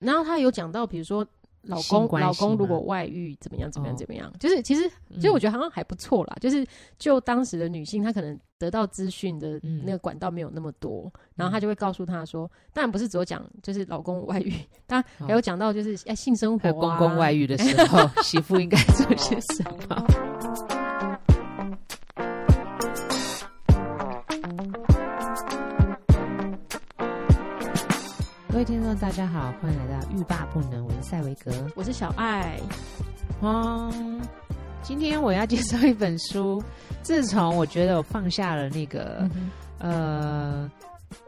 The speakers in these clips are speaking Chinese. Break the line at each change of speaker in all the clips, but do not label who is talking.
然后他有讲到，比如说老
性
公
关
老
系
公如
吗
果外遇怎么样怎么样
哦嗯
怎么样，就是其实其实我觉得好像还不错啦，就是就当时的女性，她可能得到资讯的
嗯
那个管道没有那么多，然后她就会告诉她说，当然不是只有讲就是老公外遇，当然还有讲到就是哎性生活、
哦嗯还
啊、
有公公外遇的时候， 媳妇应该做些什么？各位听众，大家好，欢迎来到欲罢不能，我是塞维格。
我是小爱，
嗯，今天我要介绍一本书。自从我觉得我放下了那个呃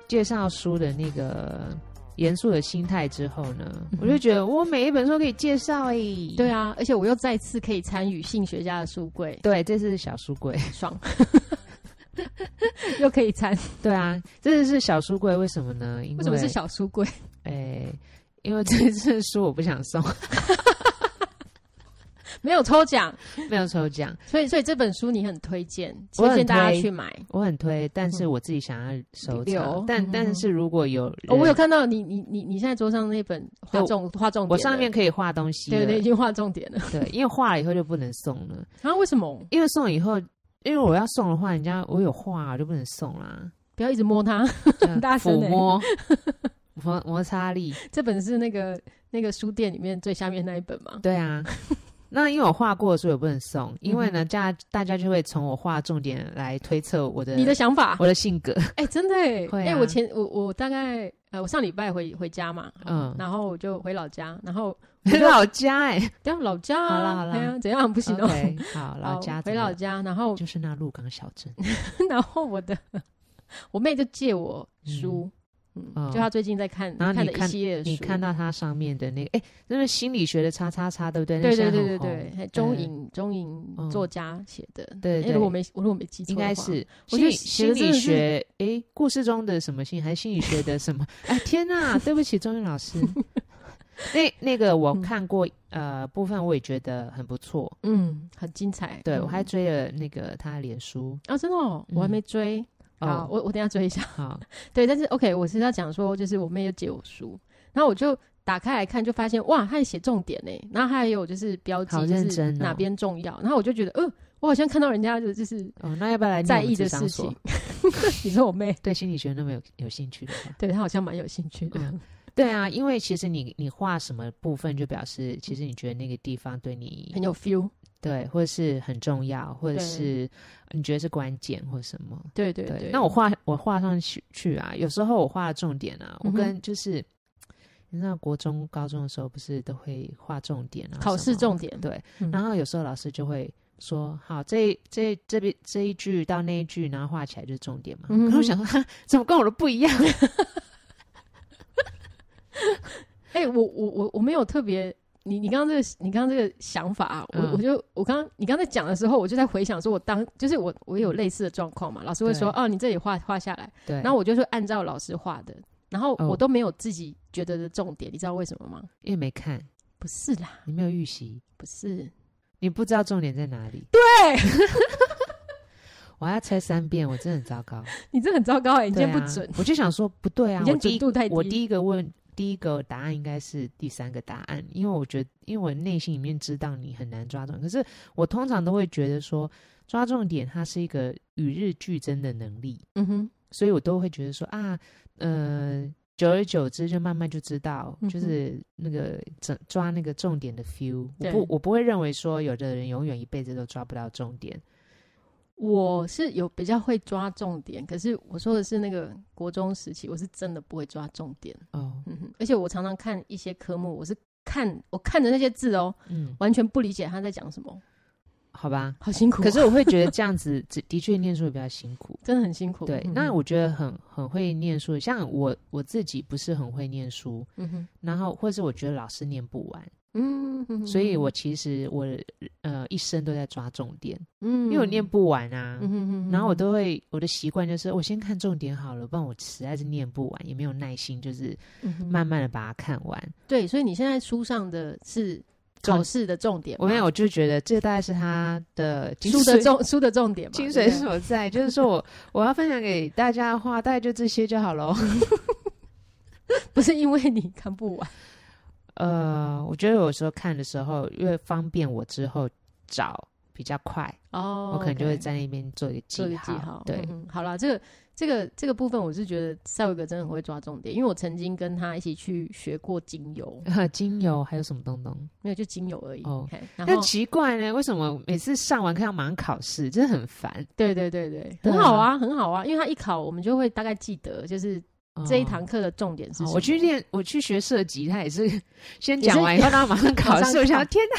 介绍书的那个严肃的心态之后呢，
嗯哼
我就觉得我每一本书都可以介绍诶、
对啊，而且我又再次可以参与性学家的书柜，
对，这是小书 柜。
爽，又可以参，
对啊，这是小书柜，为什么呢？因为
为什么是？小书柜？
诶、因为这次书我不想送，
没有抽奖，
没有抽奖，
所以所以这本书你很推荐，
我
推
很
荐大家
推
去买。
我很推，但是我自己想要收
嗯
藏。
留
但
嗯
但是如果有
哦，
人
我有看到你，你你你现在桌上那本
嗯对
画重画重点了，
我上面可以画东西了，
对对，已经画重点了。
对，因为画了以后就不能送了，
然后为什么
因为送了以后，因为我要送的话，人家我有画我就不能送啦，
不要一直摸它？
就
大声
抚
欸
摸 摩摩擦力，
这本是那个那个书店里面最下面那一本吗？
对啊。那因为我画过，所以我不能送，因为呢，大家大家就会从我画重点来推测我的
你的想法？
我的性格，
哎、真的哎、
会
哎、
啊
我前我我大概呃，我上礼拜回回家嘛，
嗯，
然后我就回老家，然后
老家哎、
等一下老家、啊，
好啦好啦
哎呀怎样不行哦、
OK，好， 老 家
好回
怎么
老
了
家，然后
就是那鹿港小镇，
然后我的我妹就借我书，嗯，
哦
就她最近在看
然后
看
你
的一
看
系列的书，
你看到它上面的那个，哎、那是心理学的叉叉叉，对不对？那
对对
现在
对对
很红
对，还中影中影
嗯
作家写的，
对
诶
对
如果没我如果没记错，
应该。是
我觉
心
得
理
写得真
心理
的是
学，诶，故事中的什么心理还是心理学的 什么？哎，天呐，对不起，钟韵老师。 那那个我看过，呃，部分我也觉得很不错。
嗯，很精彩。
对
嗯
我还追了那个他的脸书，
啊，真的、哦，
嗯
我还没追。
哦
好，我我等一下追一下。
好，
对，但是 OK，我是要讲说，就是我妹就借我书，然后我就打开来看，就发现哇，她还写重点呢，然后她还有就是标记，
好
就
认
是
真哦
哪边重要，然后我就觉得，呃，我好像看到人家的就是
哦，那要不要来念
在
我们
意的
智商
事
所
情？。你说我妹，
对心理学那么有有兴趣的话，
对她好像蛮有兴趣的。
嗯对啊，因为其实你你画什么部分，就表示其实你觉得那个地方对你
很有 feel，
对，或者是很重要，或者
对
是你觉得是关键或什么。
对对
对，
对。
那我画我画上去去啊，有时候我画的重点啊，我
嗯哼
跟就是、你知道国中高中的时候不是都会画重点啊，
考试
什么
重点，
对，
嗯
然后有时候老师就会说，好，这这这边这一句到那一句，然后画起来就是重点嘛。
嗯哼
可是我想说，哈，怎么跟我的不一样？
哎、我我我我没有特别，你你刚刚这个你刚刚这个想法、啊，我、
嗯
我就我刚你刚才讲的时候，我就在回想说，我当就是我我有类似的状况嘛，老师会说
对
哦，你这里画画下来，
对，
然后我就是按照老师画的，然后
哦
我都没有自己觉得的重点，你知道为什么吗？
因为没看，
不是啦，
你没有预习，
不是，
你不知道重点在哪里。
对
我还要猜三遍，我真的很糟糕。
你这很糟糕哎、你今
对
天不
啊
准，
我就想说不对啊，
你今天
我第
准
一
度太低，
我第一个问第一个答案应该是第三个答案，因为我觉得，因为我内心里面知道你很难抓重点，可是我通常都会觉得说抓重点它是一个与日俱增的能力，
嗯哼，
所以我都会觉得说啊，呃。久而久之，就慢慢就知道，
嗯哼
就是那个整抓那个重点的 feel。我
对
不，我不会认为说有的人永远一辈子都抓不到重点。
嗯我是有比较会抓重点，可是我说的是那个国中时期，我是真的不会抓重点。
哦，
嗯哼，而且我常常看一些科目，我是看我看着那些字哦，
嗯，
完全不理解他在讲什么，
好吧。
好辛苦哦、
可是我会觉得这样子，只的确念书也比较辛苦。
真的很辛苦。
对，
嗯
那我觉得很很会念书，像我我自己不是很会念书，
嗯哼
然后或是我觉得老师念不完，
嗯哼，
所以我其实我呃一生都在抓重点，
嗯
因为我念不完啊。
嗯哼哼
然后我都会我的习惯就是我先看重点好了，不然我实在是念不完，也没有耐心，就是
嗯哼
慢慢的把它看完。
对，所以你现在书上的是
重
考试的重点吗，
我没有，我就觉得这大概是他的精
书的
髓
重书的重点嘛，
精
对
髓
不对
所在，就是说我我要分享给大家的话，大概就这些就好喽。
不是因为你看不完，
呃，我觉得有时候看的时候，因为方便我之后找比较快，
哦，
我可能就
OK
会在那边做一个
做一
记
个记号。
对
嗯，哼好了，这个这个这个部分，我是觉得赛维格真的很会抓重点，因为我曾经跟他一起去学过精油，
精油还有什么东东？
没有就精油而已。
哦
嘿嗯然后
但奇怪呢，为什么每次上完课要马上考试，真的很烦。
对对对对，
对啊
很好啊，很好啊，因为他一考，我们就会大概记得，就是这一堂课的重点是什
嗯哦
么。
我去练，我去学射击，他 也是先讲
也是
完以后，他马上考
马上
试。我想
考，
天哪！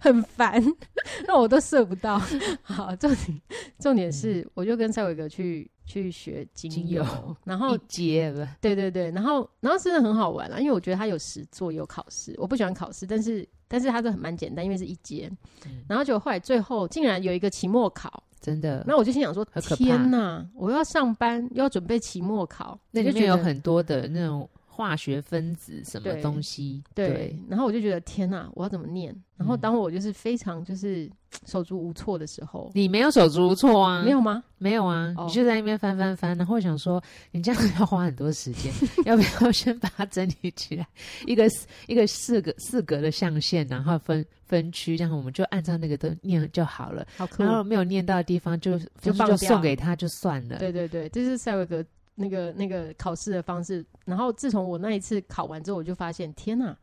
很烦， 那我都射不到。 好，重点重点是，我就跟赛维格去去学精
嗯精
油，
油
然
一
后
节了，
对对对，然后然后真的很好玩啊啦，因为我觉得它有实作有考试，我不喜欢考试，但是但是它都很蛮简单，因为是一节。
嗯
然后就后来最后竟然有一个期末考，
真的。
那我就心想说
很：嗯可怕
天哪，我又要上班，又要准备期末考，
那里
我就
面
觉
有
得
很多的那种化学分子什么
对
东西，
对，然后我就觉得天哪，我要怎么念？然
嗯
后当我就是非常就是手足无措的时候，
你没有手足无措啊，
没有吗？
没有啊，
哦
你就在那边翻翻翻，然后我想说你这样要花很多 时间，要不要先把它整理起来？一个一个四个四格的象限，然后分分区，这样我们就按照那个都念就好了。
好酷哦
然！后没有念到的地方就
就
就
放
就
掉
送给他就算了。
对对对，这是塞维格那个那个考试的方式。然后自从我那一次考完之后，我就发现，天呐，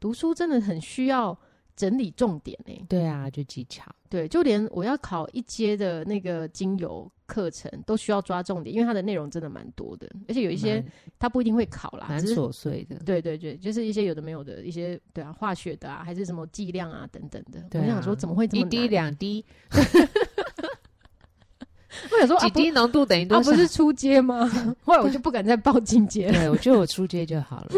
读书真的很需要整理重点哎、
对啊，就技巧。
对，就连我要考一阶的那个精油课程，都需要抓重点，因为它的内容真的蛮多的，而且有一些它不一定会考啦，
蛮蛮
只是
琐碎的，
对对对，就是一些有的没有的一些对啊，化学的啊，还是什么剂量啊等等的。
对啊
我想说，怎么会这
一
么
滴
难？
两滴，
我想说啊
几
不
滴浓度等于多
啊
少？
不是出街吗？ 后来我就不敢再报进阶了。
对，我觉得我出街就好了。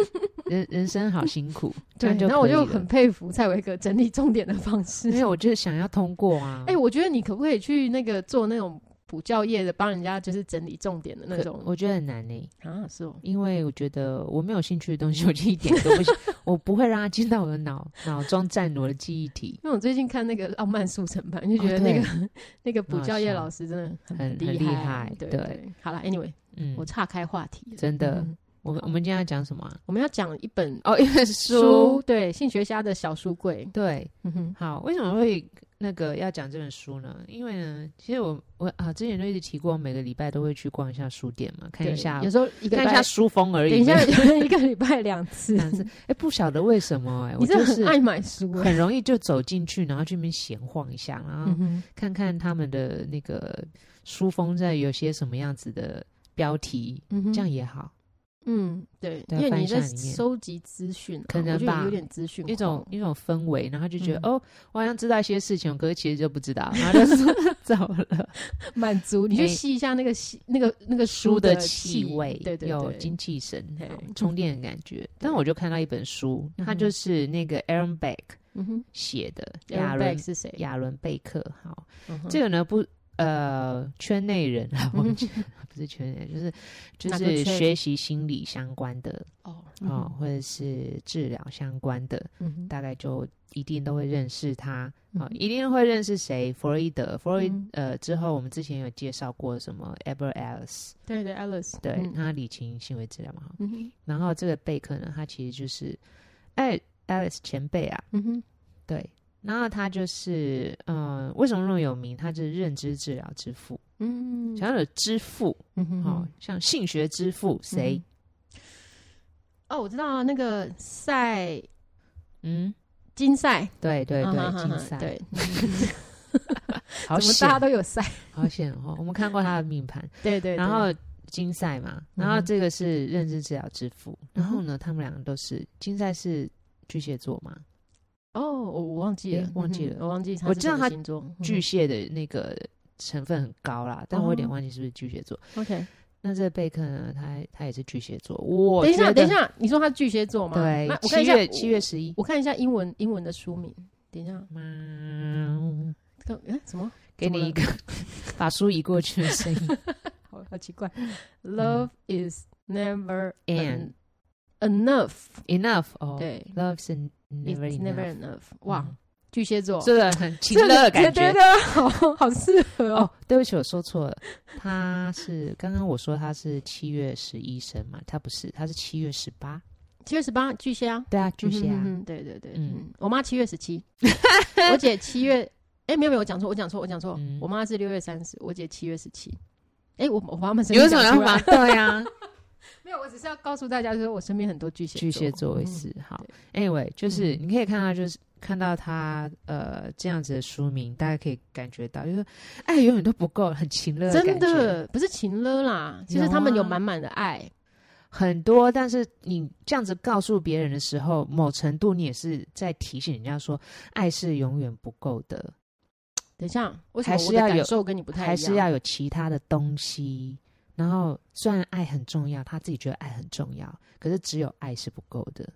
人人生好辛苦，这
对，
样就
然后我
可以
就
了嗯
很佩服蔡维格整理 重点的方式。
没有，我就是想要通过啊。
哎、我觉得你可不可以去那个做那种补教业的，帮人家就是整理重点的那
可
种？
我觉得很难呢、
啊，是哦，
因为我觉得我没有兴趣的东西，我就一点都不想， 我不会让它进到我的脑脑中占我的记忆体，
因为我最近看那个《浪漫速成班》，就觉得
哦
那
对
个、 那个补教业
很好笑
老师真的
很很
厉害，
厉害。
对
对，
好了，Anyway，、
嗯
我，岔开话题了。
真的，
嗯
我们我们今天要讲什么啊、
我们要讲一本
哦，一本
书，
书。
对，性学家的小书柜。
对，
嗯哼，
好，为什么会那个要讲这本书呢？因为呢，其实我我啊之前就一直提过，我每个礼拜都会去逛一下书店嘛，看一
对
下
有时候一个
看
礼
一
拜
下，书风而已。
等一下 一个礼拜两次
这，样子，哎，不晓得为什么哎、我
你真
就
的
是
很爱买书、欸。
很容易就走进去，然后去那边闲晃一下，然后
嗯哼，
看看他们的那个书封在有些什么样子的标题，
嗯哼
这样也好，
嗯，对，
对啊
因为
翻
你
一下
在
里面
收集资讯啊，
可能
我觉得
吧
有点资讯
一种
狂
一种氛围，然后就觉得、
嗯
哦，我好像知道一些事情，可是其实就不知道，然后 就说走了。
满足。你去
哎
吸一下那个吸那个那个
书
的
的气味，
对对
有
对
精气神
嘿，
充电的感觉。但我就看到一本书，它就是那个 Aaron Beck
嗯哼
写的亚
a
伦
b 是谁？
亚伦贝克，好。
嗯哼
这个呢不呃圈内人 啊，我们不是圈内，就是就
哪个
是
圈
学习心理相关的
哦
啊、哦，或者是治疗相关的，
嗯
大概就一定都会认识他
嗯
啊、哦一定会认识谁？弗洛伊德，弗洛伊、
嗯
呃之后我们之前有介绍过什么 Ever Alice，
对对，Alice，
对、
嗯
他理情行为治疗嘛，哈
嗯哼
然后这个贝克呢，他其实就是哎 Alice 前辈啊，
嗯哼，
对。然后他就是，嗯、为什么那么有名？他就是认知治疗之父。
嗯
想要有之父，
嗯哼
好、
哼
像性学之父谁？
哦，我知道啊，那个赛
嗯，
金赛，
对对
啊哈
对，
哈
竞
哈
赛，
对，
好
怎么
险
大家，都有赛？
好险哦！我们看过他的命盘，
对对，对嗯
然后金赛嘛，然后这个是认知治疗之父，然后呢，他们两个都是金赛是巨蟹座嘛，
哦，我我忘记了
诶，忘记
嗯
了
哼我忘记他
我
是
知
什
道
么
他
星座，嗯哼
巨蟹的那个成分很高啦，但我有点
哦
忘记是不是巨蟹座。
OK。
那这个贝克呢，他他也是巨蟹座，我
等一下，
觉得
等一，下，你说他巨蟹座吗？
对
那，我看
七
一下
月七月十一，
我看一下英文英文的书名。等一下，
嗯，
这个哎什么？
给
怎么
你一个 把书移过去的声 音。
好好奇怪。Love is never
嗯 And-
en- enough。
enough 哦，
对
，love's n- never
，It's
enough，
never enough。哇
嗯，
巨蟹座，
是不是很
这
情乐的
觉
感觉
得？好好适合
哦
哦。，
对不起，我说错了， 他是刚刚我说他是七月十一生嘛，他不是，他是七月十八，
七月十八巨蟹啊，
对啊，巨蟹啊，
嗯哼哼对对对，
嗯
嗯，我妈七月十七， 我姐七月，哎，没有没有，我讲错，我讲错，我讲错
嗯，
我妈是六月三十，我姐七月十七。哎，我我把他们
有什么
要
要法？ 对啊，
没有，我只是要告诉大家，就是我身边很多巨蟹
巨蟹座也
嗯
是好。
对
Anyway，就是你可以看到，就是看到他呃这样子的书名，大家可以感觉到，就是爱永远都不够，很情乐，
嗯真的不是情了啦，其
有
实
啊
他们有满满的爱，
很多。但是你这样子告诉别人的时候，某程度你也是在提醒人家说，爱是永远不够的，
等一下，为什么
还是
我的
要有
感受跟你不太
还
一
是
样？嗯
要有其他的东西。然后，虽然爱很重要，他自己觉得爱很重要，可是只有爱是不够的，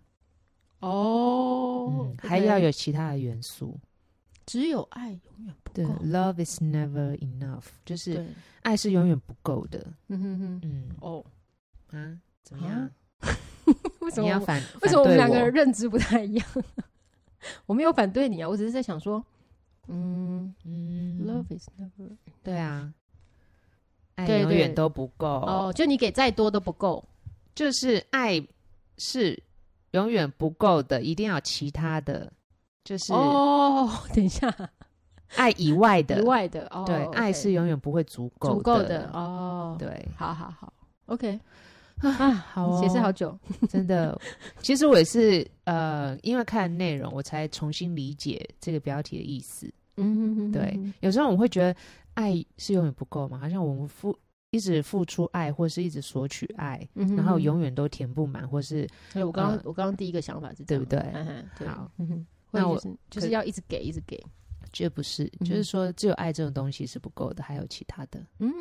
哦
嗯，，还要
OK
有其他的元素。
只有爱永远不
对
够。
，love is never enough，就是
对，
爱是永远不够的。
嗯哼哼，
嗯
哦，
啊，怎么
啊
样？
为什
你
么
要
我
反？
为什么我们
反对
两个人认知不太一样？ 我没有反对你啊，我只是在想说，嗯
嗯
，love is never
对啊，爱
对
永
对
远都不够
哦，就你给再多都不够。
就是爱是永远不够的，一定要有其他的，就是
哦， 等一下，
爱以外的
以，外的哦，
对，
OK
爱是永远不会足够
足够的，哦。
对，
好好好，OK
啊，
啊，
好哦
解释好久，
真 的。其实我也是呃，因为看内容，我才重新理解这个标题的意思。
嗯哼哼，
对，有时候我们会觉得爱是永远不够嘛，好像我们付一直付出爱，或是一直索取爱，
嗯哼
然后永
哼
远都填不满，或是
哎，我刚刚
呃
我刚刚第一个想法是这
对
样
不对
嗯哼对，
好
嗯哼，
那
那
我
我就是就是
可
要一直给，一直给，
绝不是，
嗯
就是说只有爱这种东西是不够的，还有其他的。
嗯哼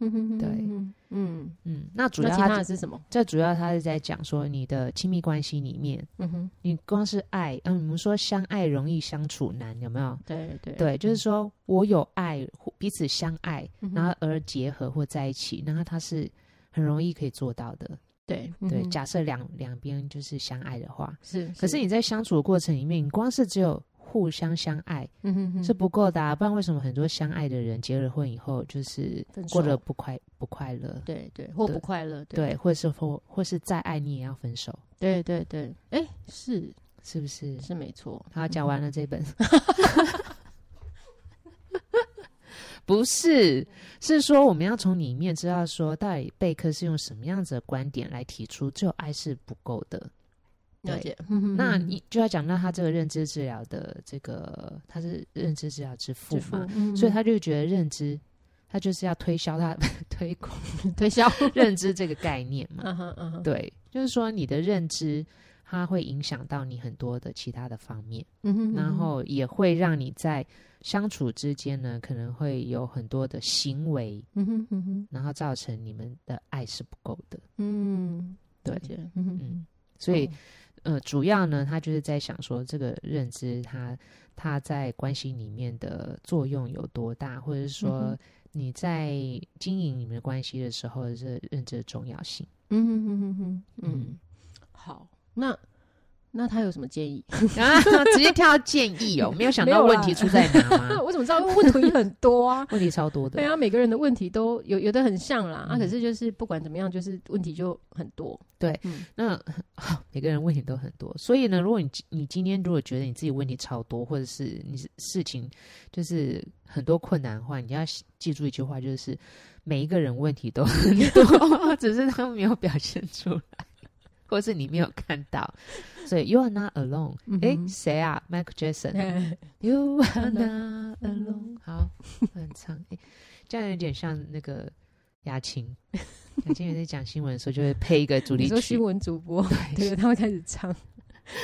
哼哼
对
哼嗯，
嗯，那主
那
要
其他
他
的是什么？
这主要他是在讲说你的亲密关系里面，
嗯哼，
你光是爱，嗯，我们说相爱容易相处难，有没有？
对对嗯
对，就是说我有爱，互彼此相爱，
嗯哼
然后而结合或在一起，然后它是很容易可以做到的。
对
对，
嗯哼
假设两两边就是相爱的话，
是，
可是你在相处的过程里面，你光是只有互相相爱
嗯哼哼
是不够的、啊，不然为什么很多相爱的人结了婚以后就是
分手
过得不快不快乐？
对对，或
对
不快乐，
对，或是或或是再爱你也要分手，
对对对，哎，是
是不是？
是没错，
好，讲完了这本， 不是，是说我们要从里面知道说，到底贝克是用什么样子的观点来提出，只有爱是不够的。
了
对
解，嗯哼
那
哼
你就要讲到他这个认知治疗的这个，他是认知治疗之父
支付
嘛，，
嗯
所以他就觉得认知，他就是要推销他 推广
哼推 销，
认知这个概念嘛。
嗯哼嗯哼，
对，就是说你的认知，它会影响到你很多的其他的方面，
嗯哼
然
嗯哼
后也会让你在相处之间呢，可能会有很多的行为，
嗯哼嗯哼
然后造成你们的爱是不够的。
嗯，
对
了解，嗯哼嗯，
所以
哦
呃，主要呢，他就是在想说，这个认知它它在关系里面的作用有多大，或
嗯
者是说
哼
你在经营你们的关系的时候，这认知的重要 性。
嗯哼哼哼哼，
嗯
嗯，好，那那他有什么建 议？
啊，直接跳到建议哦，没有想
没
到
有啦
问题出在哪 吗？
我怎么知道？因为问题很多啊。
问题超多的
对，啊，每个人的问题都有，有的很像啦，啊，
嗯
可是就是不管怎么样，就是问题就很多。
对
嗯，
那、 啊每个人问题都很多，所以呢，如果你你今天如果觉得你自己问题超多，或者是你是事情就是很多困难的话，你要记记住一句话，就是每一个人问题都很多， 只是他们没有表现出来，或是你没有看到。所以 you are not alone、
嗯
诶，
哼
谁啊？Michael Jackson。
哎
You are not alone 。好，很长。诶，这样有点像那个雅 琴。雅琴也在讲新闻的时候，就会配一个主
你
题
说
曲
新。闻主播， 对，他会开始 唱。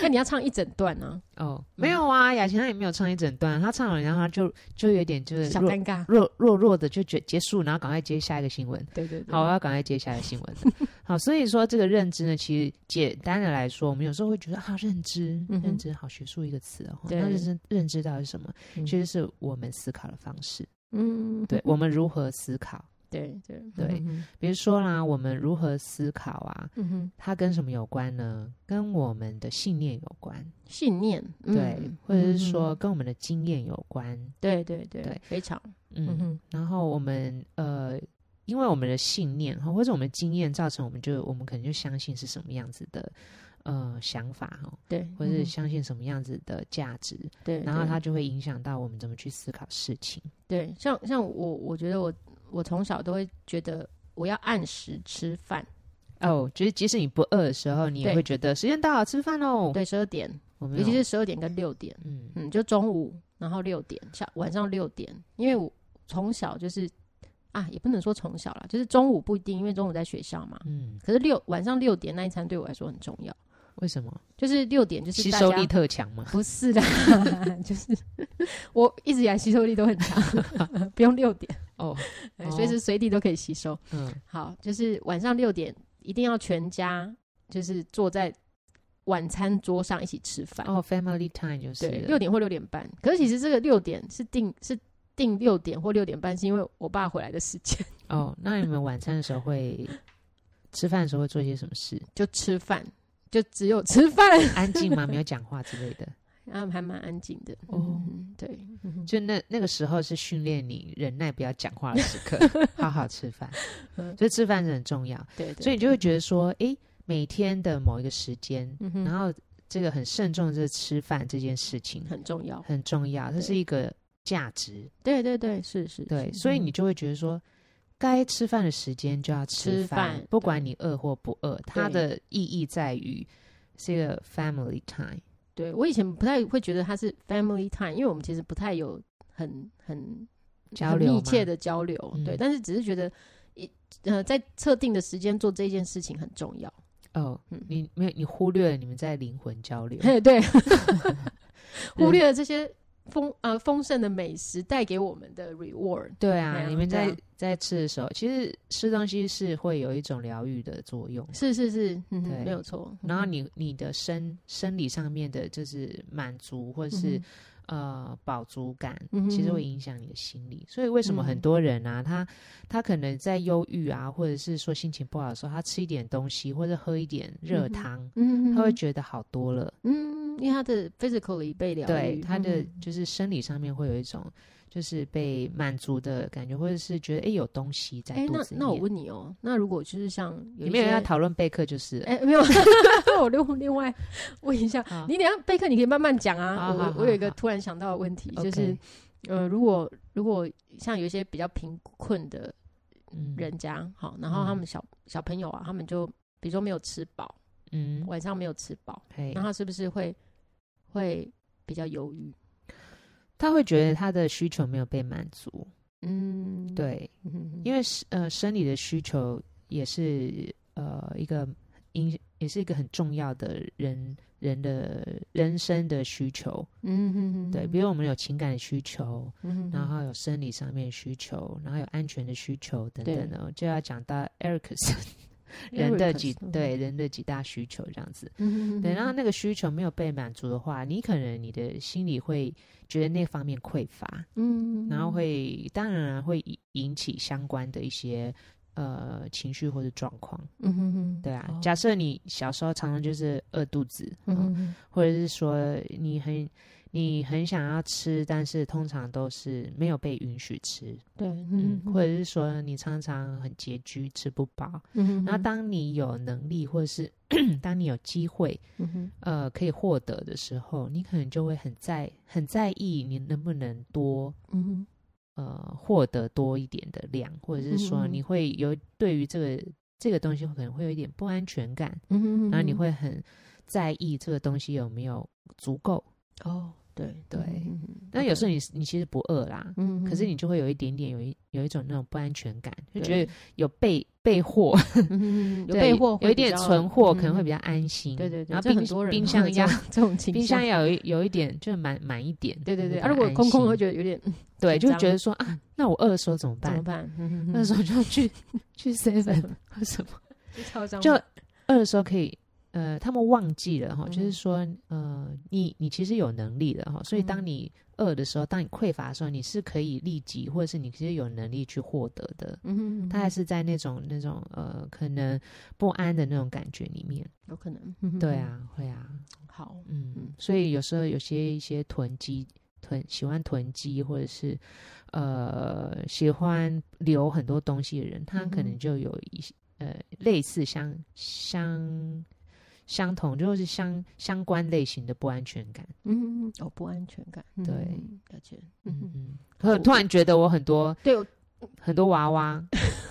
那你要唱一整段呢、
哦，
嗯
没有啊，雅琴她也没有唱一整段，她唱了，然后她就就有点就是
小
弱
尴尬。
弱弱弱的就结结束，然后赶快接下一个新闻。
对对对，
好，我，啊要赶快接下来新闻 了。好，所以说这个认知呢，其实简单的来说，我们有时候会觉得啊，认知，
嗯哼
认知好学术一个词哦。
对
那认知认知到底是什么？
嗯
其实是我们思考的方式，
嗯，
对我们如何思考。
对对
对
嗯
比如说啦，我们如何思考啊，
哼，嗯哼
它跟什么有关呢？跟我们的信念有关，
信念，嗯
对，或者是说
嗯
跟我们的经验有关，
对对对
对
非常，嗯
嗯，
哼，
然后我们呃，因为我们的信念哈或者我们的经验，造成我们就我们可能就相信是什么样子的呃想法哦，
对，
或是
嗯
相信什么样子的价值，
对，
然后
嗯对
它就会影响到我们怎么去思考事情。
对，像像我，我觉得我我从小都会觉得我要按时吃饭，
哦，就是即使你不饿的时候，你也
对
会觉得时间到了，吃饭喽。，
对，十二点，
我们
尤其是十二点跟六点，
哦嗯
嗯，就中午，然后六点下晚上六点，因为我从小就是啊，也不能说从小啦，就是中午不一定，因为中午在学校嘛。
嗯，
可是六晚上六点那一餐对我来说很重要，
为什么
就是六点就是
吸
大
收
家
力特强嘛？
不是啦， 就是我一直以来吸收力都很强， 不用六点，
哦，
对随时随地都可以吸收。
嗯
好，就是晚上六点一定要全家就是坐在晚餐桌上一起吃饭。
哦，family time 就是
对，
了
六点或六点半。可是其实这个六点是定是定六点或六点半，是因为我爸回来的时间
哦，那你们晚餐的时候会吃饭的时候会做些什 么事？
就吃饭，就只有吃饭，
安静吗？没有讲话之类的？
然后还蛮安静的。
哦
嗯，对，嗯
就那那个时候是训练你忍耐不要讲话的时 刻，好好吃饭。
嗯
所以吃饭是很重要，
对对，
所以你就会觉得说，诶，每天的某一个时间，
嗯哼，
然后这个很慎重的这吃饭这件事情
很重要。
很重要，这
对
是一个价值。
对对对，是是，
对，
是
所以
嗯
你就会觉得说，该吃饭的时间就要吃
吃
饭
饭，
不管你饿或不饿，它的意义在于这个 family time。
对我以前不太会觉得它是 family time，因为我们其实不太有很很
交
很
流
密切
吗
的交流，对，
嗯
但是只是觉得一呃在特定的时间做这件事情很重要，
哦，
嗯，
你没有，你忽略了你们在灵魂交流。
嘿 对，忽略了这些丰呃丰盛的美食带给我们的 reward，
对
对
啊，
啊
你们
对
在
啊
在吃的时候，其实吃东西是会有一种疗愈的作用。
是是是，嗯
对
哼，没有错。嗯
然后
哼
你你的生生理上面的，就是满足或
嗯
是
哼、
呃饱足感，
嗯哼
其实
哼
会影响你的心理。所以为什么
嗯
很多人啊，他他可能在忧郁啊，或者是说心情不好的时候，他吃一点东西或者喝一点
嗯
热
哼
汤，
嗯
他会
哼
觉得好多了。
嗯，因为他的 physically 被疗
对
愈，
他的
嗯
就是生理上面会有一种就是被满足的感觉，或者是觉得哎有东西在
哎，
肚
那
子里
那我
面。
问你哦，那如果就是像有
你
一
们有
些
人要讨论备课就是了
哎，没有， 我另另外问一下
好，
你等一下备课你可以慢慢讲
啊好
啊。
好
我
好
我有一个
好
突然想到的问题，就是
OK
呃，如果如果像有一些比较贫困的
嗯
人家，好，然后他
嗯
们小小朋友啊，他们就比如说没有吃饱，
嗯，
晚上没有吃饱，
嘿
那他是不是会会比较犹豫？
他会觉得他的需求没有被满足，
嗯，，
对，因
为
为是呃生理的需求也是呃一个影也是一个很重要的人人的人生的需求，
嗯哼哼
对，比如我们有情感的需求，
嗯哼
然
哼
后有生理上面的需求，然后有安全的需求等
对
等的，就要讲到埃里克森人的几
Ericus，
对人的几大需求这样子。
嗯哼哼
对，然后那个需求没有被满足的话，你可能你的心里会觉得那方面匮乏，
嗯，
然后会当然啊会引引起相关的一些呃情绪或者状况。
嗯哼哼，
对啊，
哦
假设你小时候常常就是饿肚子，
嗯
嗯，
哼哼
或者是说你很你很想要吃，但是通常都是没有被允许吃，
对，
嗯
嗯，
或者是说你常常很拮据，吃不饱。
嗯哼
然后
哼
当你有能力，或者是 当你有机会，
嗯哼
呃，可以获得的时候，你可能就会很在很在意你能不能多
嗯哼。
呃获得多一点的量，或者是说
嗯嗯嗯
你会有对于这个这个东西可能会有一点不安全感，
嗯哼哼
然后你
哼
会很在意这个东西有没有足够。
哦，对
对
嗯哼
那有时候你你其实不饿啦，
嗯哼
可是你就会有一点点有一有一种那种不安全感，就
对
觉得有备备货，
嗯哼哼有
对
备货会
有一
比
点
较
存货，可能会比
嗯
较安心。
对对对，
然
这
后冰
很多人
冰
会有
箱
这
要
种这种 倾
冰箱
向
要有一有一点就是满满一点，
对对对，
啊
啊，如果空空会觉
就
得有点嗯
对，就
紧
会觉
张
得说啊，那我饿的时候怎么
怎么
办？
办？嗯哼哼
那时候就去去 seven 喝什么？
就超张
就
网
饿的时候可以，呃，他们忘记了哈，就是
嗯
说，呃，你你其实有能力的哈，所以当
嗯
你饿的时候，当你匮乏的时候，你是可以立即，或者是你其实有能力去获得的。
嗯哼哼
他还是在那种那种呃，可能不安的那种感觉里面。
有可能，嗯哼
对
哼，
啊，会啊，
好，
嗯
嗯，
所以有时候有些一些囤积、囤喜欢囤积或者是呃喜欢留很多东西的人，他可
嗯
能
哼
就有一些呃类似相相相同，就是相相关类型的不安全感。
嗯，哦，不安全感，嗯
对
了解，
嗯
嗯，
嗯，我突然觉得我很多
对我
很多娃娃，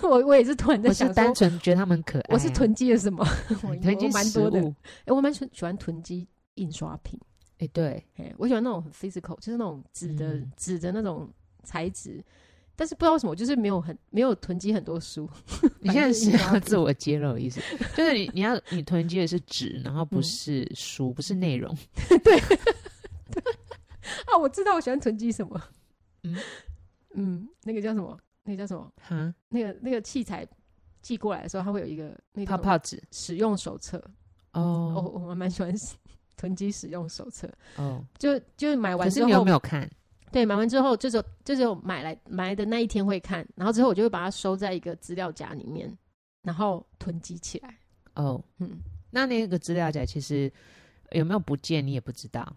我我也是突然在
我是
想
单
说，
纯觉得他们可爱，
我是囤积了什么？我
嗯囤积
我蛮
食
多的，
物。
哎，我蛮喜喜欢囤积印刷品，
哎， 对，
哎，我喜欢那种很 physical，就是那种纸的
嗯
纸的那种材质。但是不知道为什么，我就是没有很没有囤积很多书。
你现在是
反正印刷
要
品
自我揭露的意思，就是你你要你囤积的是纸，然后
嗯
不是书，不是内容。
啊，我知道我喜欢囤积什么。
嗯
嗯那个叫什么？那个叫什么？
哈，
那个那个器材寄过来的时候，它会有一个那个叫什么
泡泡纸
使用手册。哦，
哦
我我蛮喜欢 囤积使用手册，
哦，
就就是买完
可
之
是
后，
你有没有看？
对，买完之后就只有就只有买来买的那一天会看，然后之后我就会把它收在一个资料夹里面，然后囤积起来。
哦，
嗯，
那那个资料夹其实有没有不见你也不知道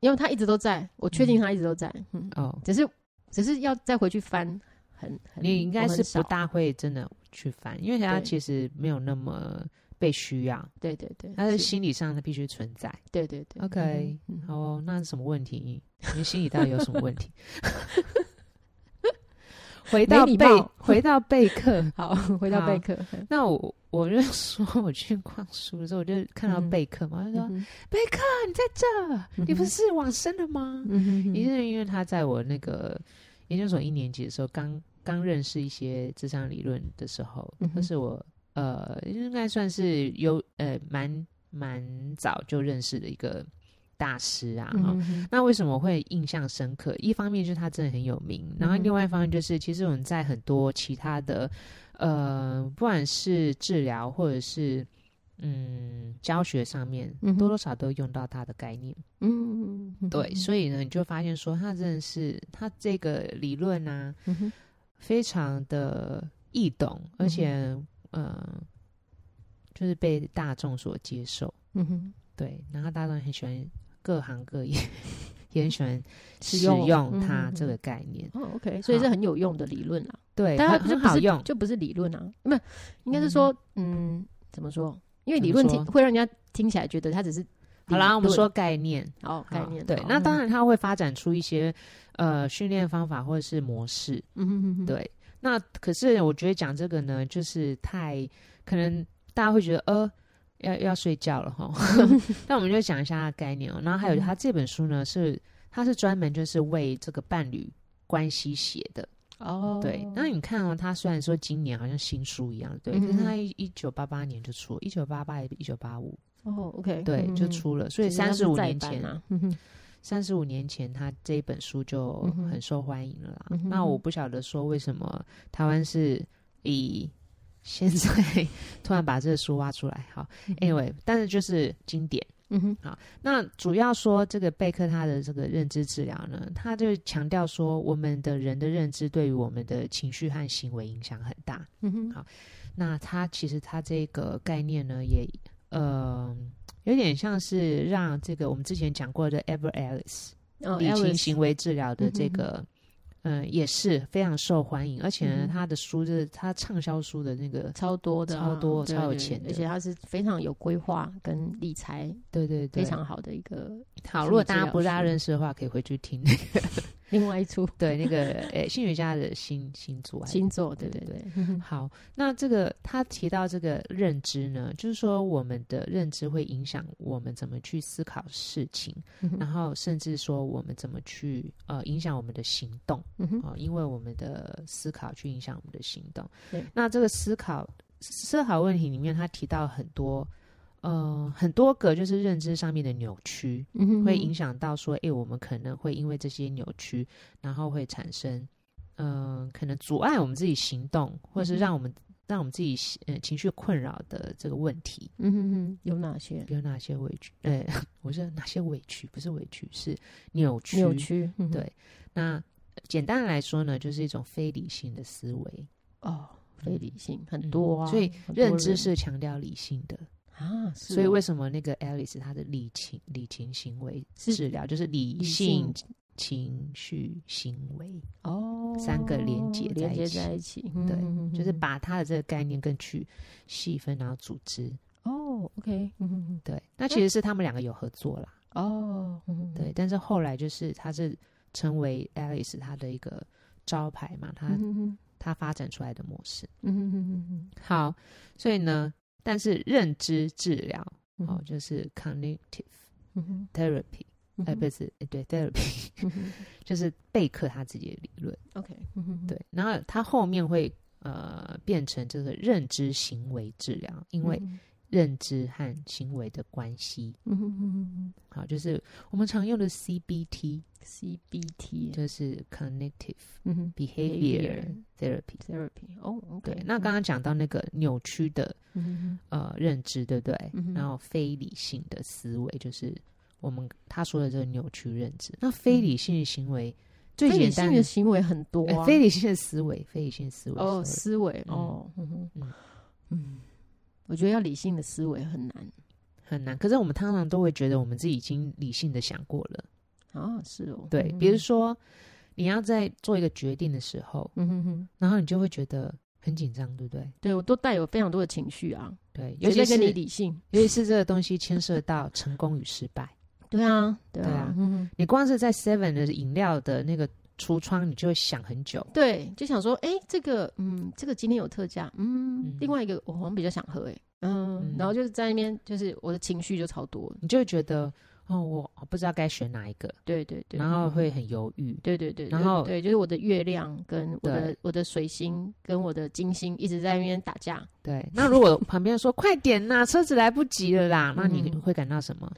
因为它一直都在，我确定它一直都在。嗯，
哦。
只是只是要再回去翻，很很
你应该
我
是
很
不
少
大会真的去翻，因为它
对
其实没有那么被需要，
对对对，
它是
是
心理上它必须存在。
对对对
OK，
嗯嗯
好哦，那是什么问题？你心里到底有什么问题？ 回到
没礼
贝
貌，
回到贝克。
嗯好，回到备课，嗯
那我我就说，我去逛书的时候，我就看到
嗯哼
贝克嘛，我就说、
嗯
贝克，你在
啊
这，你不是往生了吗？
嗯哼
也是嗯因为他在我那个研究所一年级的时候，刚刚认识一些智商理论的时候，
嗯哼
就是我呃应该算是有呃蛮蛮早就认识的一个大师啊、
嗯
哦
哼哼
那为什么会印象深刻？一方面就是他真的很有名，然后
嗯哼
另外一方面就是，其实我们在很多其他的，呃，不管是治疗或者是嗯教学上面，
嗯哼
多多少都用到他的概念。
嗯嗯，
对，所以呢，你就发现说，他真的是他这个理论啊，
以嗯哼
非常的易懂，而且、
嗯
呃，就是被大众所接受。
嗯哼，
对，然后大众很喜欢，各行各业也很喜欢使
使用
用
嗯
它
嗯嗯
这个概念。
哦，OK，所以是很有用的理论啊，
对，
但它
很
不是
很
不
好
是
用。
就不是理论啊，不，应该是说，嗯，怎么说？因为理
怎么
论听
说
会让人家听起来觉得它只是理
好啦，
论
我们说概念。
好概念，哦
对
好，嗯
那当，然它会发展出一些呃训练方法或者是模式。
嗯哼哼哼，
对，那可是
嗯
我觉得讲这个呢，就是太可能大家会觉得呃。要要睡觉了 哈，那我们就讲一下它的概念哦。然后还有
嗯
他这本书呢，是它是专门就是为这个伴侣关系写的，
哦，
对，那你看哦，他虽然说今年好像新书一样，对，
嗯
可是他一一九八八年就出了，一九八八一九八五，
哦，OK，
对，
嗯
就
哼哼，
出了，所以
其实它
三
是
十五
再
年
版
前，
啊，嗯哼
三十五年前他这一本书就
嗯哼
很受欢迎了啦。
嗯哼
那我不晓得说为什么台湾是以现在 突然把这个书挖出来，好，anyway，但是就是经典。
嗯哼，
那主要说这个贝克他的这个认知治疗呢，他就强调说，我们的人的认知对于我们的情绪和行为影响很大。
嗯哼，
好那它其实它这个概念呢，也呃有点像是让这个我们之前讲过的 Ever Alice
哦
理情
Alice
行为治疗的这
嗯哼哼
个，嗯、也是非常受欢迎，而且呢
嗯，哼
他的书就是他畅销书的那个，
超多的啊、
超多
对
超有
对
钱的
而且他是非常有规划跟理财
对对对，
非常好的一个
好。
心
如果
理治
大家
疗
不大
师
认识的话，可以回去听那个
另外一出
对那 个呃心理学家的星星座还是
星座，对对
对
对，
好，那这个他提到这个认知呢，就是说我们的认知会影响我们怎么去思考事情，
嗯哼
然后甚至说我们怎么去呃影响我们的行动
嗯哼
哦、因为我们的思考去影响我们的行动
对。
那这个思考思考问题里面，他提到很多呃很多个就是认知上面的扭曲，
嗯哼，
会影响到说，诶，我们可能会因为这些扭曲，然后会产生，嗯、可能阻碍我们自己行动，或者是
嗯哼
让我们让我们自己呃情绪困扰的这个问题，
嗯哼哼，有哪些
有哪些委屈？呃， 我是哪些委屈？不是委屈，是扭曲。
扭曲？嗯哼
对那呃简单来说呢，就是一种非理性的思维，
哦，非理性很
嗯
多啊，
所以
很多
认知
人
是强调理性的。
啊，是
所以
哦
为什么那个 Alice 她的理情理情行为治疗就是理
理
性
性
情绪行为，
哦
三个连接在
连接
一起
在一起，
对
嗯哼哼
就是
哼
把她的这个概念更去细分，然后组织。
哦，OK，嗯哼哼，
对，那其实是他们两个有合作啦，
哦，嗯哼哼
对，，但是后来就是他是成为 Alice 他的一个招牌嘛，他
嗯哼哼
他发展出来的模式。
嗯哼哼哼
好，所以呢，但是认知治疗
嗯哼，
哦，就是 cognitive
嗯哼，
therapy，
嗯
哎、
哼
不是，哎对 therapy，
嗯哼
就是贝克他自己的理论。
，OK，嗯哼哼，
对，然后他后面会呃变成这个认知行为治疗，因为
嗯
认知和行为的关系。
哼哼哼
好，就是我们常用的 CBT，
，CBT，
就是 cognitive
嗯哼
behavior
Behavior
therapy。
，Therapy，哦，OK，
对，那刚刚讲到那个扭曲的
嗯哼哼
呃认知，对不对？
嗯哼
然后非理性的思维，就是我们他说的这个扭曲认知。那非理性的行为、最
嗯非理
简
性
单
的行为很多
呃
啊，
非理性的思维，非理性的思维。
哦，
sorry
思维
嗯
哦，嗯哼
嗯
嗯，我觉得要理性的思维很难
很难。可是我们通常都会觉得我们自己已经理性的想过了。
啊，是哦，
对，
嗯
比如说你要在做一个决定的时候，
嗯哼哼，
然后你就会觉得很紧张，对不对？
对我都带有非常多的情绪啊，
对，尤
谁
其
在
是
跟你理性，
尤其是这个东西牵涉到成功与失败。
对啊，对
对
啊
啊，
嗯哼
你光是在 Seven 的饮料的那个橱窗，你就会想很久。
对，就想说，哎、这个，嗯，这个今天有特价，嗯，
嗯
另外一个我好像比较想喝、哎，嗯，
嗯
然后就是在那边，就是我的情绪就超多，
你就会觉得哦，我我不知道该选哪一个，
对对对，嗯
然后会很犹豫。
对对对，
然
对
后
对，就是我的月亮跟我的
对
我的水星跟我的金星一直在那边打架，
对，那如果旁边说快点呐、车子来不及了啦，那你
嗯
会感到什么？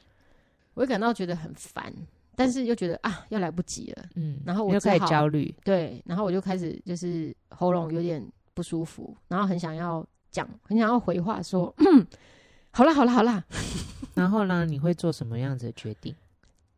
我会感到觉得很烦，但是又觉得啊，要来不及了，
嗯，
然后我
你就开
只
始
好
焦虑。
对，然后我就开始就是喉咙有点不舒服，然后很想要讲，很想要回话说， 好啦好啦好啦，
然后呢，你会做什么样子的决定？